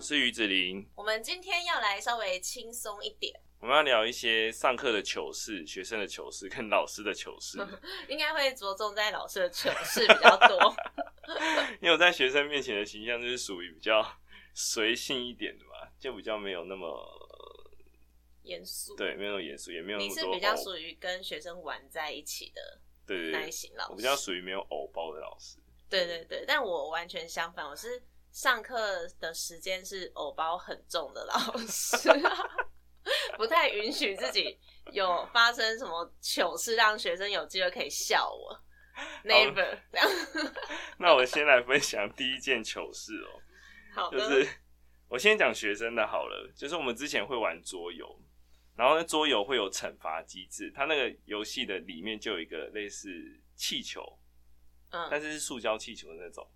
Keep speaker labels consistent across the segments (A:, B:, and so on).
A: 是于子林。
B: 我们今天要来稍微轻松一点，
A: 我们要聊一些上课的糗事、学生的糗事跟老师的 糗事，
B: 应该会着重在老师的糗事比较多。
A: 因为我在学生面前的形象就是属于比较随性一点的吧，就比较没有那么
B: 严肃，，
A: 对，没有那么严肃，也没有那
B: 你
A: 么
B: 是
A: 多
B: 比较
A: 偶。
B: 属于跟学生玩在一起的
A: 对对
B: 那一
A: 对，
B: 型老师，
A: 我比较属于没有偶包的老师。
B: 对对对，但我完全相反，我是上课的时间是偶包很重的老师， 不太允许自己有发生什么糗事，让学生有机会可以笑我。Never，这样
A: 那我先来分享第一件糗事哦、
B: 好的，
A: 就是我先讲学生的好了，就是我们之前会玩桌游，然后呢桌游会有惩罚机制，它那个游戏的里面就有一个类似气球，但
B: 嗯，
A: 是是塑胶气球的那种，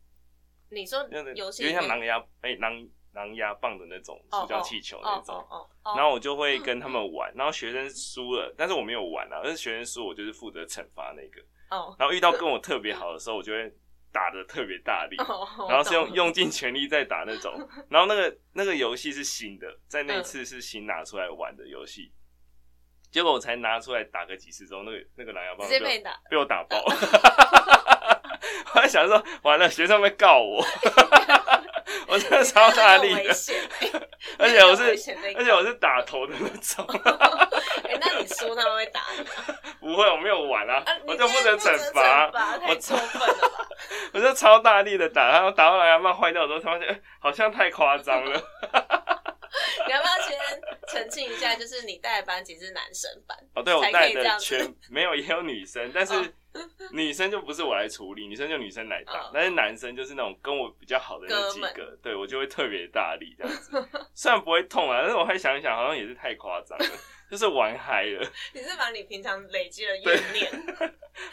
B: 你说
A: 那个
B: 游
A: 有
B: 戏里
A: 点
B: 面
A: 像狼牙哎、狼狼牙棒的那种
B: 哦
A: 塑胶气球那
B: 哦
A: 种。
B: 哦哦嗯
A: 然
B: 哦，
A: 后我就会跟他们玩，然后学生输了，但是我没有玩啊，但是学生输我就是负责惩罚那个。
B: 哦
A: 然后遇到跟我特别好的时候，我就会打的特别大力，
B: 哦，
A: 然后是
B: 懂
A: 用
B: 了
A: 用尽全力在打 那种，然后那个那个游戏是新的，在那一次是新拿出来玩的游戏，结果我才拿出来打个几次之后，那个那个狼牙棒
B: 直接
A: 就
B: 被打，
A: 被我打爆， 我还想说完了，学生会告我， 我真的超大力
B: 你真的很
A: 的
B: 危， 险欸你真的很危险的一
A: 而且我是
B: 个
A: 而且我是打头的那种，
B: 欸那你输他们会打你
A: 不会我没有玩啊
B: 啊，，
A: 我就负责
B: 你真的
A: 惩
B: 罚，
A: 罚，
B: 太
A: 我
B: 过分了 吧？
A: 我就超大力的打，然后打到狼牙棒坏掉之后，他们就、哎好像太夸张了。
B: 你要不要先澄清一下，就是你带的班级是男生班？
A: 哦，对，我
B: 才可
A: 带
B: 以这
A: 的
B: 样子
A: 全没有，也有女生，但是
B: 哦
A: 女生就不是我来处理，女生就女生来打
B: 哦，
A: 但是男生就是那种跟我比较好的那
B: 哥
A: 几
B: 们
A: 个，对我就会特别大力这样 子。虽然不会痛啊，但是我还想一想，好像也是太夸张了，就是玩嗨了。
B: 你是把你平常累积的怨念，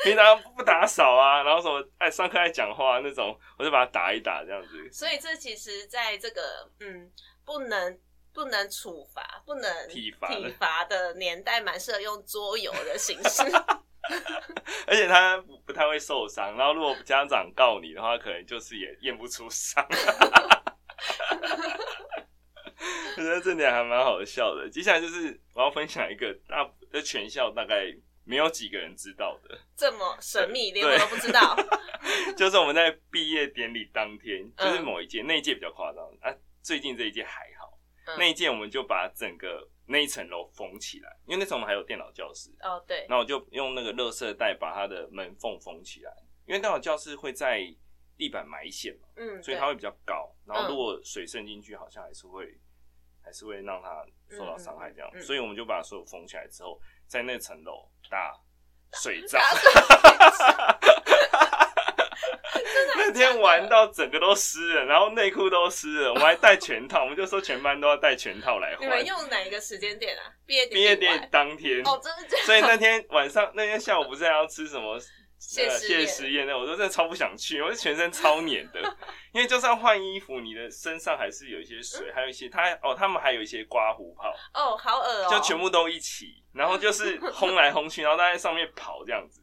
A: 平常不打扫啊，然后什么爱上课爱讲话啊那种，我就把他打一打这样子。
B: 所以这其实在这个嗯，不能不能处罚、不能
A: 体罚的
B: 体罚的年代，蛮适合用桌游的形 式。
A: 而且他不不太会受伤，然后如果家长告你的话，可能就是也验不出伤。 我觉得这点还蛮好笑的。接下来就是我要分享一个大在全校大概没有几个人知道的，
B: 这么神秘，连
A: 对
B: 我都不知道。
A: 就是我们在毕业典礼当天，
B: 嗯
A: 就是某一届、那一届比较夸张啊，最近这一届还好，
B: 嗯
A: 那一届我们就把整个那一层楼封起来，因为那时候我们还有电脑教室，
B: 哦，对，
A: 那我就用那个垃圾袋把它的门缝封起来，因为电脑教室会在地板埋线嘛，
B: 嗯，
A: 所以
B: 对嗯
A: 它会比较高，然后如果水渗进去，好像还是会还是会让它受到伤害这样，
B: 嗯嗯嗯
A: 所以我们就把所有封起来之后，在那层楼打
B: 嗯
A: 水
B: 啊
A: 仗，那天玩到整个都湿了，然后内裤都湿了，我们还带全套，我们就说全班都要带全套来
B: 你们
A: 换。
B: 用哪一个时间点啊？ 毕业典
A: 毕业
B: 礼
A: 典礼
B: 完
A: 当天，
B: 哦，真的假的？
A: 所以那天晚上，那天下午不是还要吃什么？
B: 谢
A: 呃
B: 师
A: 谢
B: 宴
A: 师宴那，我说真的超不想去，我是全身超黏的，因为就算换衣服，你的身上还是有一些水，还有一些他哦，他们还有一些刮胡泡，
B: 哦，好恶哦，
A: 就全部都一起，然后就是轰来轰去，然后大家在上面跑这样子，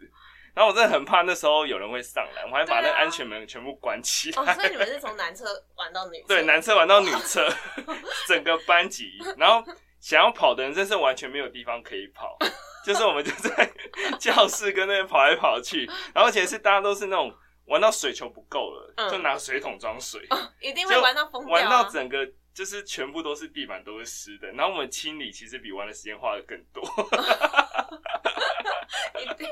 A: 然后我真的很怕那时候有人会上来，我还把那
B: 对
A: 个
B: 啊
A: 安全门全部关起来，
B: 哦，所以你们是从男厕玩到女厕？
A: 对，男厕玩到女厕， 整个班级，然后想要跑的人真是完全没有地方可以跑，就是我们就 在教室跟那边跑来跑去，然后而且是大家都是那种玩到水球不够了，
B: 嗯
A: 就拿水桶装水，
B: 一定会
A: 就
B: 玩到疯掉、啊，
A: 玩到整个。就是全部都是地板都是湿的，然后我们清理其实比玩的时间花的更多。
B: 一定。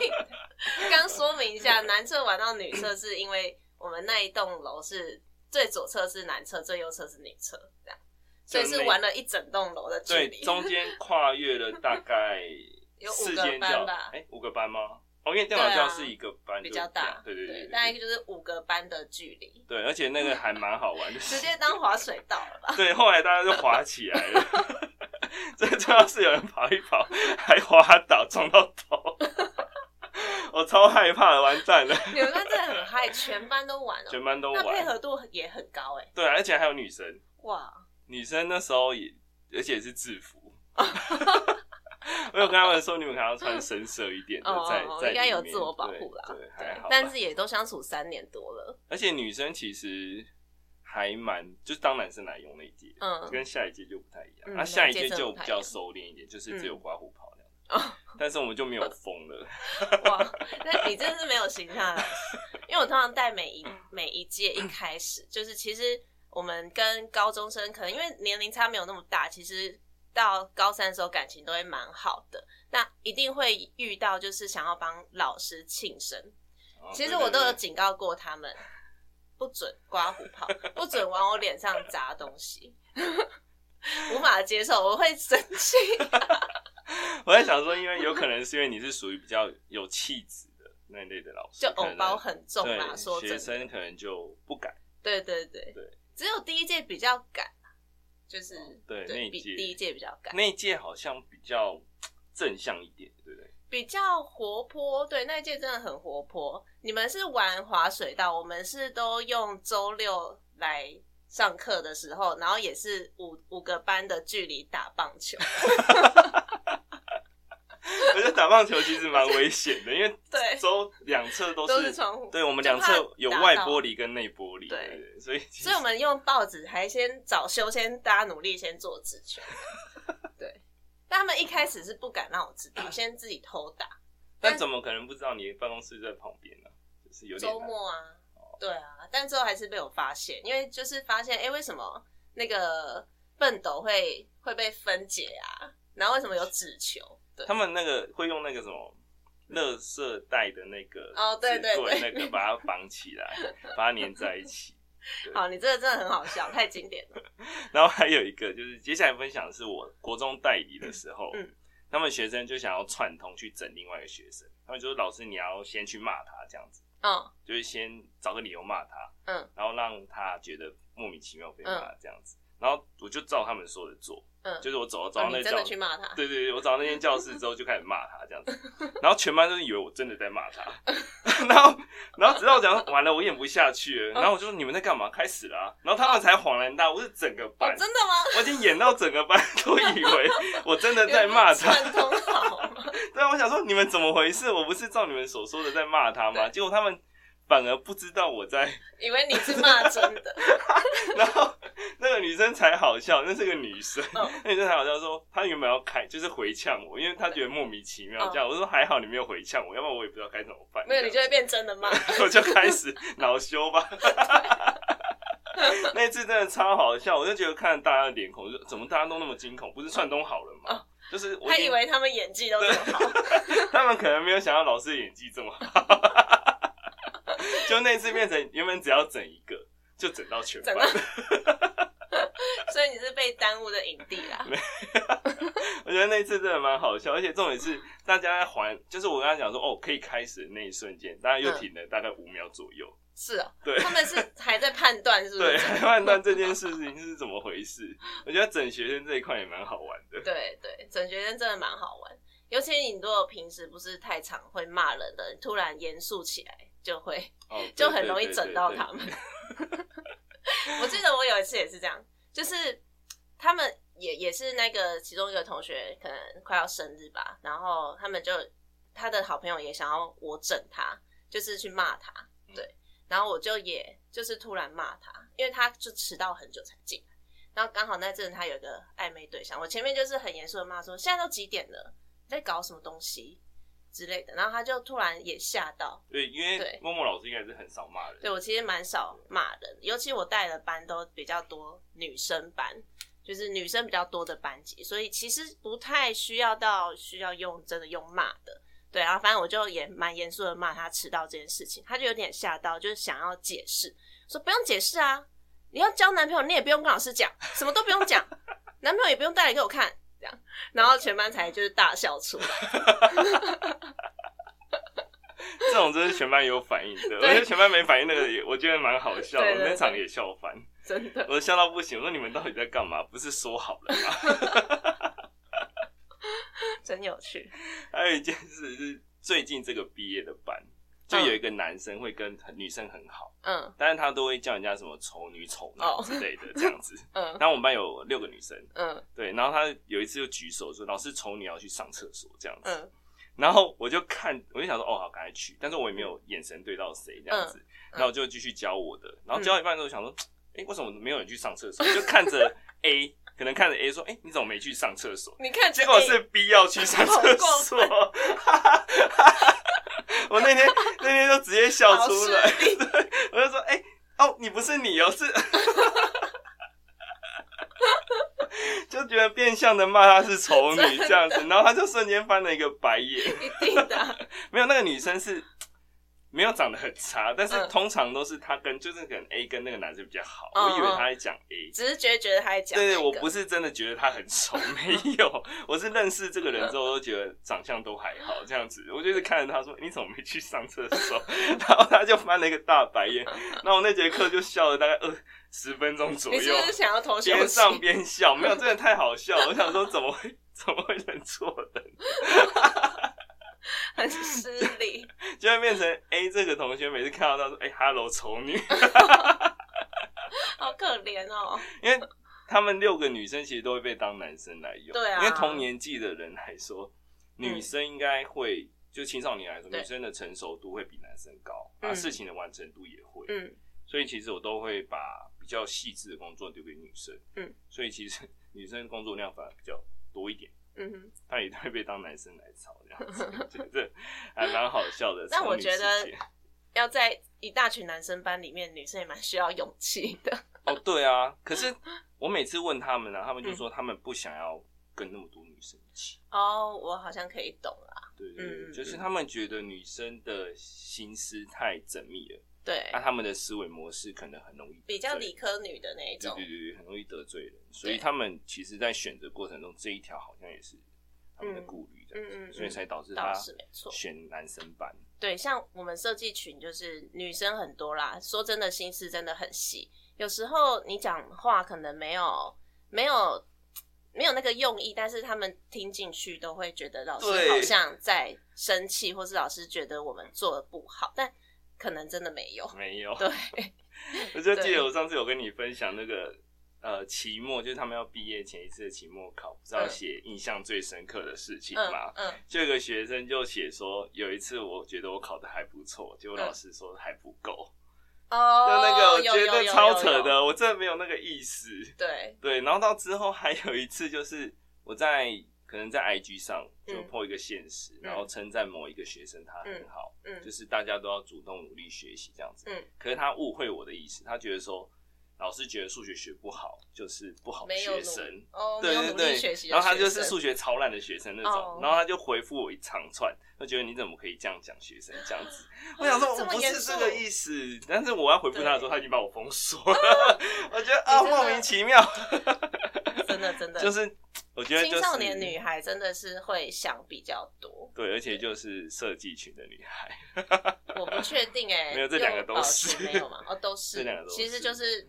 B: 刚说明一下，男厕玩到女厕是因为我们那一栋楼是最左侧是男厕，最右侧是女厕，这样， 所以
A: 就是那
B: 玩了一整栋楼的距
A: 对，
B: 离。
A: 中间跨越了大概
B: 有五
A: 四
B: 个
A: 间
B: 班
A: 教，
B: 吧
A: 哎、五个班吗？哦，因为
B: 对
A: 电脑
B: 啊
A: 教室一个班
B: 比
A: 就
B: 较
A: 这样
B: 大
A: 哎对对对
B: 对，
A: 对
B: 大概就是五个班的距离，
A: 对，而且那个还蛮好玩的，
B: 直接当滑水道了吧？
A: 对，后来大家就滑起来了。 最重要是有人跑一跑，还滑倒撞到头， 我超害怕的，完蛋了！
B: 你们班真的很嗨，全班都玩哦，
A: 全班都
B: 那配
A: 玩，
B: 合度也很高哎、
A: 对啊，而且还有女生，
B: 哇，
A: 女生那时候也，而且是制 服。我有跟他们说，你们可能要穿深色一点的，
B: 哦
A: 在在
B: 应该
A: 里
B: 有
A: 面
B: 自我保
A: 对
B: 护啦
A: 对，还好吧。
B: 但是也都相处三年多了，
A: 而且女生其实还蛮，就是当男生来用那一届，
B: 嗯
A: 跟下一届就不太一样。那、啊
B: 嗯
A: 下一届
B: 那一届
A: 就
B: 真的不
A: 比
B: 太一
A: 较
B: 样
A: 收敛一点，就是只有
B: 嗯
A: 刮胡泡那样。
B: 哦，
A: 但是我们就没有疯了，
B: 哇，那你真的是没有形象老师， 因为我通常带每一每一届一开始，就是其实我们跟高中生可能因为年龄差没有那么大，其实到高三的时候感情都会蛮好的，那一定会遇到就是想要帮老师庆生，
A: 哦
B: 其实
A: 对
B: 我
A: 对
B: 都有
A: 对
B: 警告过他们，不准刮胡 泡，不准往我脸上砸东西， 无法接受，我会生气。
A: 我在想说，因为有可能是因为你是属于比较有气质的那一类的老师，
B: 就
A: 可
B: 偶
A: 能
B: 包很重啦，
A: 对，
B: 说
A: 学
B: 真的，
A: 生可能就不敢。
B: 对对对，
A: 对
B: 只有第一届比较敢，就是
A: 对那一
B: 比
A: 届
B: 第一届比较敢，
A: 那一届好像比较正向一点，对不 对？
B: 比较活泼。对，那一届真的很活泼。你们是玩滑水道，我们是都用周六来。上课的时候，然后也是五五个班的距离打棒球，
A: 我觉得打棒球其实蛮危险的，因 为
B: 对，
A: 周两侧都
B: 都
A: 是
B: 是窗户。
A: 对我们
B: 就
A: 两
B: 怕
A: 侧有
B: 打
A: 外
B: 到
A: 玻璃跟内玻璃，
B: 对
A: 对，所以其
B: 所以我
A: 实
B: 们用报纸还先早修，先大家努力先做纸 球。对，但他们一开始是不敢让我知道，先自己偷打。
A: 但怎么可能不知道你办公室在旁边呢、就是有点
B: 周
A: 难
B: 末啊，对啊，但最后还是被我发现，因为就是发现，哎、为什么那个笨斗会会被分解啊？然后为什么有纸球？对
A: 他，们那个会用那个什么。乐色袋的那个
B: 哦对
A: 纸
B: 对
A: 棍
B: 对
A: 那个把它绑起来， 把它粘在一起。
B: 好，你这个真的很好笑，太经典了。
A: 然后还有一个就是接下来分享的是我国中代理的时候，
B: 嗯
A: 他们学生就想要串通去整另外一个学生，他们就说老师你要先去骂他这样子，
B: 嗯
A: 就是先找个理由骂他，
B: 嗯
A: 然后让他觉得莫名其妙被骂这样子。然后我就照他们说的做，
B: 嗯，
A: 就是我走到走
B: 哦
A: 到那
B: 你
A: 个
B: 真的
A: 教
B: 去
A: 室，
B: 骂他？
A: 对对对，我找到那间教室之后就开始骂他这样子，然后全班都以为我真的在 骂他，然后然后直到我讲说完了我演不下去
B: 嗯
A: 了，然后我就说你们在干嘛？开始啦、然后他们才恍然大悟，是整个
B: 哦
A: 班，，
B: 真的吗？
A: 我已经演到整个班都以为我真的在骂他，
B: 串通好吗？
A: 对啊，我想说你们怎么回事？我不是照你们所说的在骂他吗？结果他们反而不知道我在，
B: 以为你是骂真的。
A: 然后那个女生才好笑，那是个女生，
B: 嗯
A: 那女生才好笑说她原本要开就是回呛我，因为她觉得莫名其妙
B: 嗯
A: 这样，我说还好你没有回呛我，要不然我也不知道该怎么办。
B: 没有，你就
A: 这样
B: 会变真的骂。
A: 我就开始恼羞吧。 那一次真的超好笑，我就觉得看大家的脸孔，我就怎么大家都那么惊恐？不是串通好了吗？就是我已
B: 嗯他
A: 经
B: 以为他们演技都这么好，
A: 他们可能没有想到老师的演技这么好， 就那次变成原本只要整一个，就整到全班
B: 整，到所以你是被耽误的影帝 啦。
A: 我觉得那次真的蛮好笑，而且重点是大家在还，就是我跟他讲说哦可以开始的那一瞬间，大家
B: 嗯
A: 又停了大概五秒左右，
B: 是哦，
A: 对
B: 他们是还在判断是不
A: 对，
B: 是？
A: 还判断这件事情是怎么回事。我觉得整学生这一块也蛮好玩的，
B: 对对，整学生真的蛮好玩。尤其你如果平时不是太常会骂人的，突然严肃起来，就会
A: 哦，对
B: 就很容易整到。
A: 对对
B: 他
A: 对
B: 们。 我记得我有一次也是这样，就是他们也也是那个其中一个同学可能快要生日吧，然后他们就他的好朋友也想要我整他，就是去骂他，
A: 嗯
B: 对，然后我就也就是突然骂他，因为他就迟到很久才进来，然后刚好那阵他有一个暧昧对象，我前面就是很严肃的骂说现在都几点了，你在搞什么东西之类的，然后他就突然也吓到，
A: 对，因为
B: 对
A: 默默老师应该是很少骂人，
B: 对我其实蛮少骂人，尤其我带的班都比较多女生班，就是女生比较多的班级，所以其实不太需要到需要用真的用骂的。对，然后反正我就也蛮严肃的骂他迟到这件事情，他就有点吓到，就是想要解释，说不用解释啊，你要交男朋友你也不用跟老师讲，什么都不用讲，男朋友也不用带来给我看，这样，然后全班才就是大笑出来。
A: 这种真是全班有反应的。 我
B: 对
A: 觉得全班没反应那个也，我觉得蛮好笑的，
B: 对
A: 我
B: 对
A: 那场
B: 对
A: 也笑翻。
B: 真的，
A: 我笑到不行，我说你们到底在干嘛？不是说好了吗？
B: 真有趣。
A: 还有一件事是最近这个毕业的班，就有一个男生会跟女生很好，
B: 嗯
A: 但是他都会叫人家什么丑女、丑男
B: 哦
A: 之类的这样 子。
B: 嗯
A: 然后我们班有六个女生，
B: 嗯
A: 对，然后他有一次就举手说：“老师，丑女要去上厕所。”这样子，
B: 嗯
A: 然后我就看，我就想说：“哦，好，赶快去。”但是我也没有眼神对到谁这样子，
B: 嗯
A: 然后我就继续教我的，然后教一半之后想说：“哎、哎、为什么没有人去上厕所？就看 着 A，可能看着 A 说，哎、你怎么没去上 厕所？
B: 你看，哎
A: 结果是 B 要去上厕所， 我那天那天就直接笑
B: 好
A: 出
B: 势
A: 来，
B: 力
A: 我就说，哎、哦，你不是你哦，是， 就觉得变相的骂她是丑女这样子，然后她就瞬间翻了一个白眼。
B: 一定的 啊，
A: 没有那个女生是没有长得很差，但是
B: 嗯
A: 通常都是她跟就是可能 A 跟那个男生比较好。
B: 嗯
A: 我以为她在讲 A，、
B: 只是觉得觉得他在讲、那
A: 对
B: 个
A: 对，我不是真的觉得她 很丑，没有，我是认识这个人之后都觉得长相都还好这样子。我就是看着她说你怎么没去上厕所， 然后她就翻了一个大白眼。那我那节课就笑了大概二十分钟左
B: 你是
A: 右
B: 不，是想要偷
A: 边
B: 休息？
A: 上边笑，没有，真的太好笑了。我想说怎么会怎么会认错人？
B: 很失礼，
A: 就会变成 A 这个同学每次看到他说：“哎、h e l l o 丑女。
B: 好可怜哦。”
A: 因为他们六个女生其实都会被当男生来用，
B: 对啊
A: 因为同年纪的人来说，
B: 嗯
A: 女生应该会、就青少年来说，
B: 对
A: 女生的成熟度会比男生高，
B: 嗯
A: 啊，事情的完成度也会，
B: 嗯，
A: 所以其实我都会把比较细致的工作丢给女生，
B: 嗯，
A: 所以其实女生工作量反而比较多一点。
B: 嗯哼，
A: 她也会被当男生来操，这样子， 觉得还蛮好笑的。
B: 但我
A: 丑女
B: 觉得
A: 世界
B: 要在一大群男生班里面，女生也蛮需要勇气的。
A: 哦，对啊，可是我每次问他们呢、啊，他
B: 嗯
A: 们就说他们不想要跟那么多女生一起。
B: 哦、我好像可以懂了。
A: 对对对，
B: 嗯
A: 就是他们觉得女生的心思太缜密了，
B: 对
A: 那、，他们的思维模式可能很容易得罪
B: 比较理科女的那一
A: 对
B: 种
A: 对。对对，很容易得罪人，所以他们其实在选择过程中这一条好像也是他们的顾虑的，
B: 嗯嗯嗯
A: 所以才导致他
B: 倒是没错，
A: 选男生班。
B: 对，像我们设计群就是女生很多啦，说真的，心思真的很细。有时候你讲话可能没有没有没有那个用意，但是他们听进去都会觉得老师
A: 对
B: 好像在生气，或是老师觉得我们做的不好，但可能真的没有。
A: 没有，
B: 对，
A: 我就记
B: 对
A: 得我上次有跟你分享那个呃期末，就是他们要毕业前一次的期末考，不是要
B: 嗯
A: 写印象最深刻的事情
B: 嗯
A: 嘛？
B: 嗯，
A: 就有个学生就写说，有一次我觉得我考的还不错，结果老师说还不够，
B: 哦，
A: 就那个我
B: 有
A: 觉
B: 有
A: 得
B: 有
A: 超
B: 有
A: 扯
B: 有
A: 的，我真的没有那个意思。
B: 对，
A: 对，然后到之后 还有一次就是我在可能在 IG 上就
B: 嗯
A: po 一个现实，然后称赞某一个学生他很好，
B: 嗯
A: 就是大家都要主动努力学习这样子。
B: 嗯，
A: 可是他误会我的意思，他觉得说老师觉得数学学不好就是不好的
B: 没有
A: 学
B: 努
A: 生。
B: 哦，没
A: 对
B: 有
A: 对
B: 努力
A: 对，
B: 学习的
A: 然后他就
B: 学
A: 是
B: 生
A: 数学超烂的学生那种，
B: 哦
A: 然后他就回复我一长串，就觉得你怎么可以这样讲学生这样子？我想说
B: 啊这
A: 我
B: 么
A: 不
B: 严
A: 是这个
B: 肃
A: 意思，但是我要回复他的时
B: 对
A: 候，
B: 啊
A: 他已经把我封锁了， 我觉得啊
B: 你真的
A: 莫名其妙，
B: 真的真的
A: 就是我觉得就是
B: 青少年女孩真的是会想比较多，
A: 对，而且就是设计群的女孩，
B: 我不确定哎、
A: 没有这两个都是
B: 幼保局没有嘛？哦，都是，
A: 这两个都是
B: 其实就是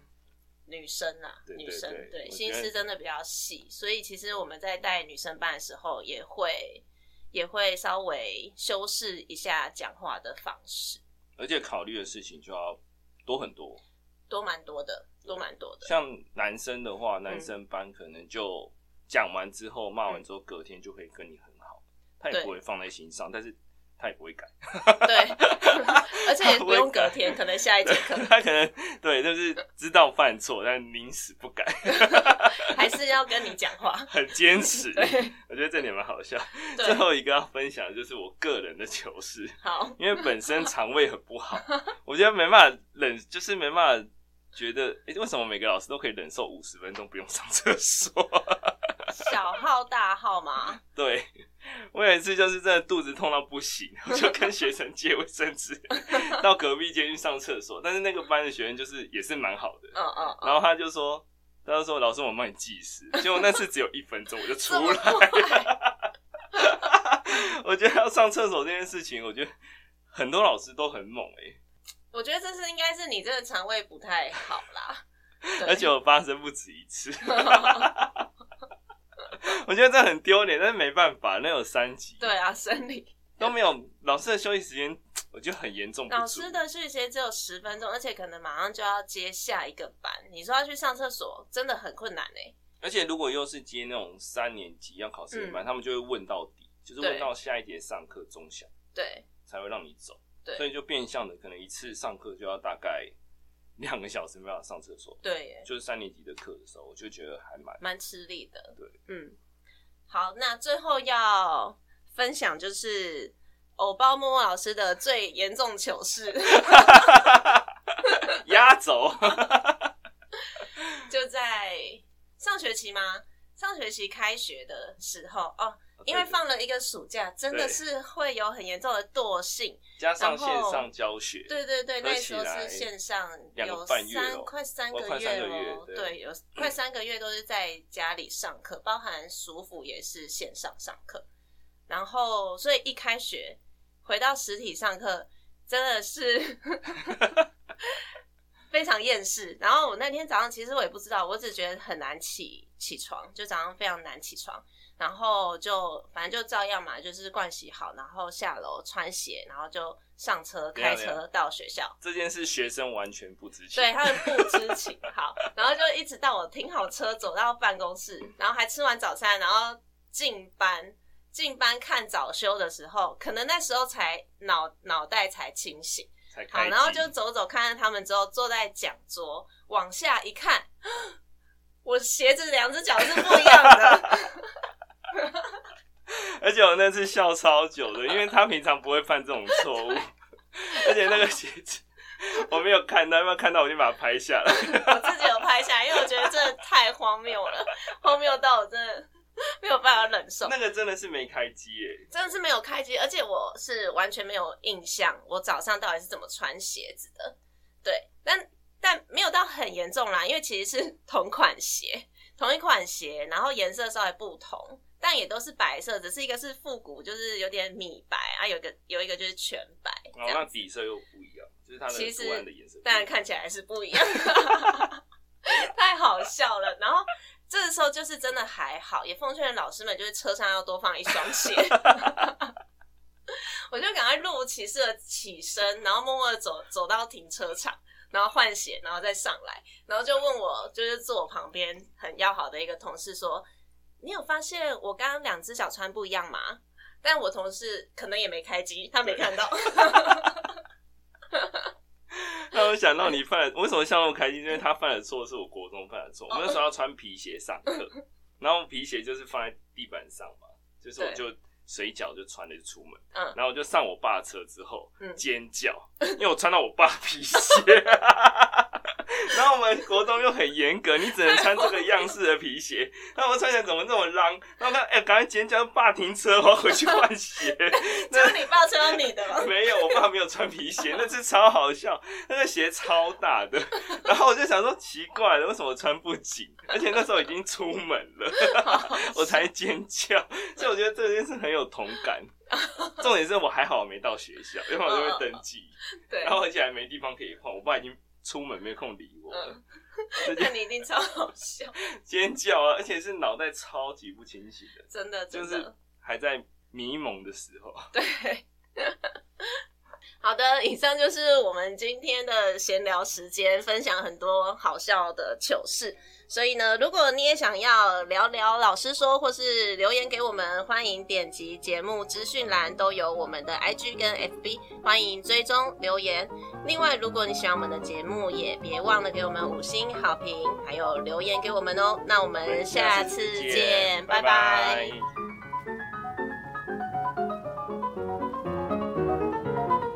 B: 女生啊，
A: 对对
B: 女生
A: 对我觉得
B: 心思真的比较细，所以其实我们在带女生班的时候也会。也会稍微修饰一下讲话的方式，
A: 而且考虑的事情就要多很多。
B: 多蛮多的，多蛮多的。
A: 像男生的话，
B: 嗯
A: 男生班可能就讲完之后骂完之后，隔天就会跟你很好，他也
B: 对
A: 不会放在心上，但是他也不会改。
B: 对，而且也不用隔天，可能下一节课
A: 他可能对，就是知道犯错，但宁死不改，
B: 还是要跟你讲话。
A: 很 坚持。
B: 对
A: 我觉得这点蛮好笑。最
B: 对，
A: 后一个要分享的就是我个人的糗事，
B: 好，
A: 因为本身肠胃很不好， 我觉得没办法忍，就是没办法觉得，诶，为什么每个老师都可以忍受五十分钟不用上厕所？
B: 小号大号嘛，
A: 对，我有一次就是真的肚子痛到不行， 我就跟学生借卫生纸到隔壁间去上厕所，但是那个班的学生就是也是蛮好的，
B: 嗯嗯嗯，
A: 然后他就说，他就说老师，我帮你计时。结果那次只有一分钟，我就出
B: 这么
A: 来。
B: 快，
A: 我觉得要上厕所这件事情，我觉得很多老师都很猛哎、
B: 我觉得这是应该是你这个肠胃不太好 啦，对
A: 而且我发生不止 一次。我觉得这很丢脸，但是没办法，那有三级，
B: 对，啊，生理
A: 都没有老师的休息时间，我觉得很严重不足。
B: 老师的休息时间只有十分钟，而且可能马上就要接下一个班，你说要去上厕所真的很困难哎、
A: 而且如果又是接那种三年级要考试的班，他们就会问到底，就是
B: 嗯对
A: 问到下一节上课钟响
B: 对
A: 才会让你走
B: 对，
A: 所以就变相的可能一次上课就要大概 两个小时没办法上厕所，
B: 对耶，
A: 就是三年级的课的时候，我就觉得还 蛮
B: 蛮吃力的。
A: 对，
B: 嗯，好，那最后要分享就是偶包默默老师的最严重糗 事，
A: 压轴。
B: 就在上学期吗？上学期开学的时候哦， 因为
A: 对
B: 放了一个暑假，真的
A: 对
B: 是会有很严重的惰性。
A: 加上线
B: 然后
A: 上教学，
B: 对对对，
A: 合
B: 那
A: 起
B: 时候
A: 来
B: 是线上
A: 两个
B: 有
A: 半月
B: 三
A: 咯
B: 快三
A: 哦
B: 个
A: 快三
B: 月
A: 个月
B: 喽，
A: 对
B: 对， 有快三个月都是在家里上课，包含暑辅也是线上上课。然后，所以一开学回到实体上课，真的是非常厌世。然后我那天早上其实我也不知道，我只觉得很难起起床，就早上非常难起床。然后就反正就照样嘛，就是盥洗好，然后下楼穿鞋，然后就上车
A: 等
B: 开
A: 一下等一下
B: 车到学校。
A: 这件事学生完全不知情。
B: 对，他们不知情。好，然后就一直到我停好车，走到办公室，然后还吃完早餐，然后进班。进班看早修的时候，可能那时候才脑脑袋才清醒。
A: 才开
B: 好，
A: 机
B: 然后就走走看看他们之后，坐在讲桌往下一看， 我鞋子两只脚是不一样的。
A: 而且我那次笑超久的，因为他平常不会犯这种 错误，而且那个鞋子 我没有看到，没有看到我就把它拍下来。
B: 我自己有拍下来，因为我觉得真的太荒谬了，荒谬到我真的没有办法忍受。
A: 那个真的是没开机耶，
B: 真的是没有开机，而且我是完全没有印象，我早上到底是怎么穿鞋子的。对，但但没有到很严重啦，因为其实是 同款鞋，同一款鞋，然后颜色稍微不同，但也都是白色，只是一个是复古，就是有点米白啊，有一个有一个就是全白这
A: 然后那
B: 样，
A: 底色又不一样，就是它的
B: 其实
A: 图案的颜色不一样。
B: 当然看起来是不一样， 太好笑了。然后这时候就是真的还好，也奉劝老师们，就是车上要多放一双鞋。 我就赶快若无其事的起身，然后默默的走走到停车场，然后换鞋，然后再上来，然后就问我就是坐我旁边很要好的一个同事说：“你有发现我刚刚两只脚穿不一样吗？”但我同事可能也没开机，他没看到。
A: 让我想到你犯了，为什么笑那么开心？因为他犯的错是我国中犯的错。我们那时候要穿皮鞋上课，
B: 哦
A: 然后皮鞋就是放在地板上嘛，就是我
B: 对
A: 就水脚就穿着就出门，
B: 嗯
A: 然后我就上我爸的车之后
B: 嗯
A: 尖叫，因为我穿到我爸皮鞋。 然后我们国中又很严格，你只能穿这个样式的皮鞋。 然后我穿起来怎么这么浪？然后他哎，赶、快尖叫，爸停车，我要回去换鞋。
B: 就是你爸穿你的吗？
A: 没有，我爸没有穿 皮鞋，那次超好笑，那个鞋超大的， 然后我就想说奇怪了，为什么穿不紧？而且那时候已经出门 了，我才尖叫，所以我觉得这件事很有同感。重点是我还好没到学 校，要不然我就会登
B: 嗯
A: 记，
B: 对
A: 然后而且还没地方可以换，我爸已经出门没空理我
B: 嗯
A: 了，这
B: 那
A: 就
B: 你一定超好笑，
A: 尖叫啊，而且是脑袋超级不清醒的，
B: 真的，
A: 就
B: 真
A: 是
B: 的，
A: 还在迷蒙的时候。
B: 对。 好的，以上就是我们今天的闲聊时间，分享很多好笑的糗事。所以呢，如果你也想要聊聊老师说，或是留言给我们，欢迎点击节目资讯栏都有我们的 IG 跟 FB，欢迎追踪留言。另外，如果你喜欢我们的节目，也别忘了给我们五星好评，还有留言给我们哦。那我们下次见，拜拜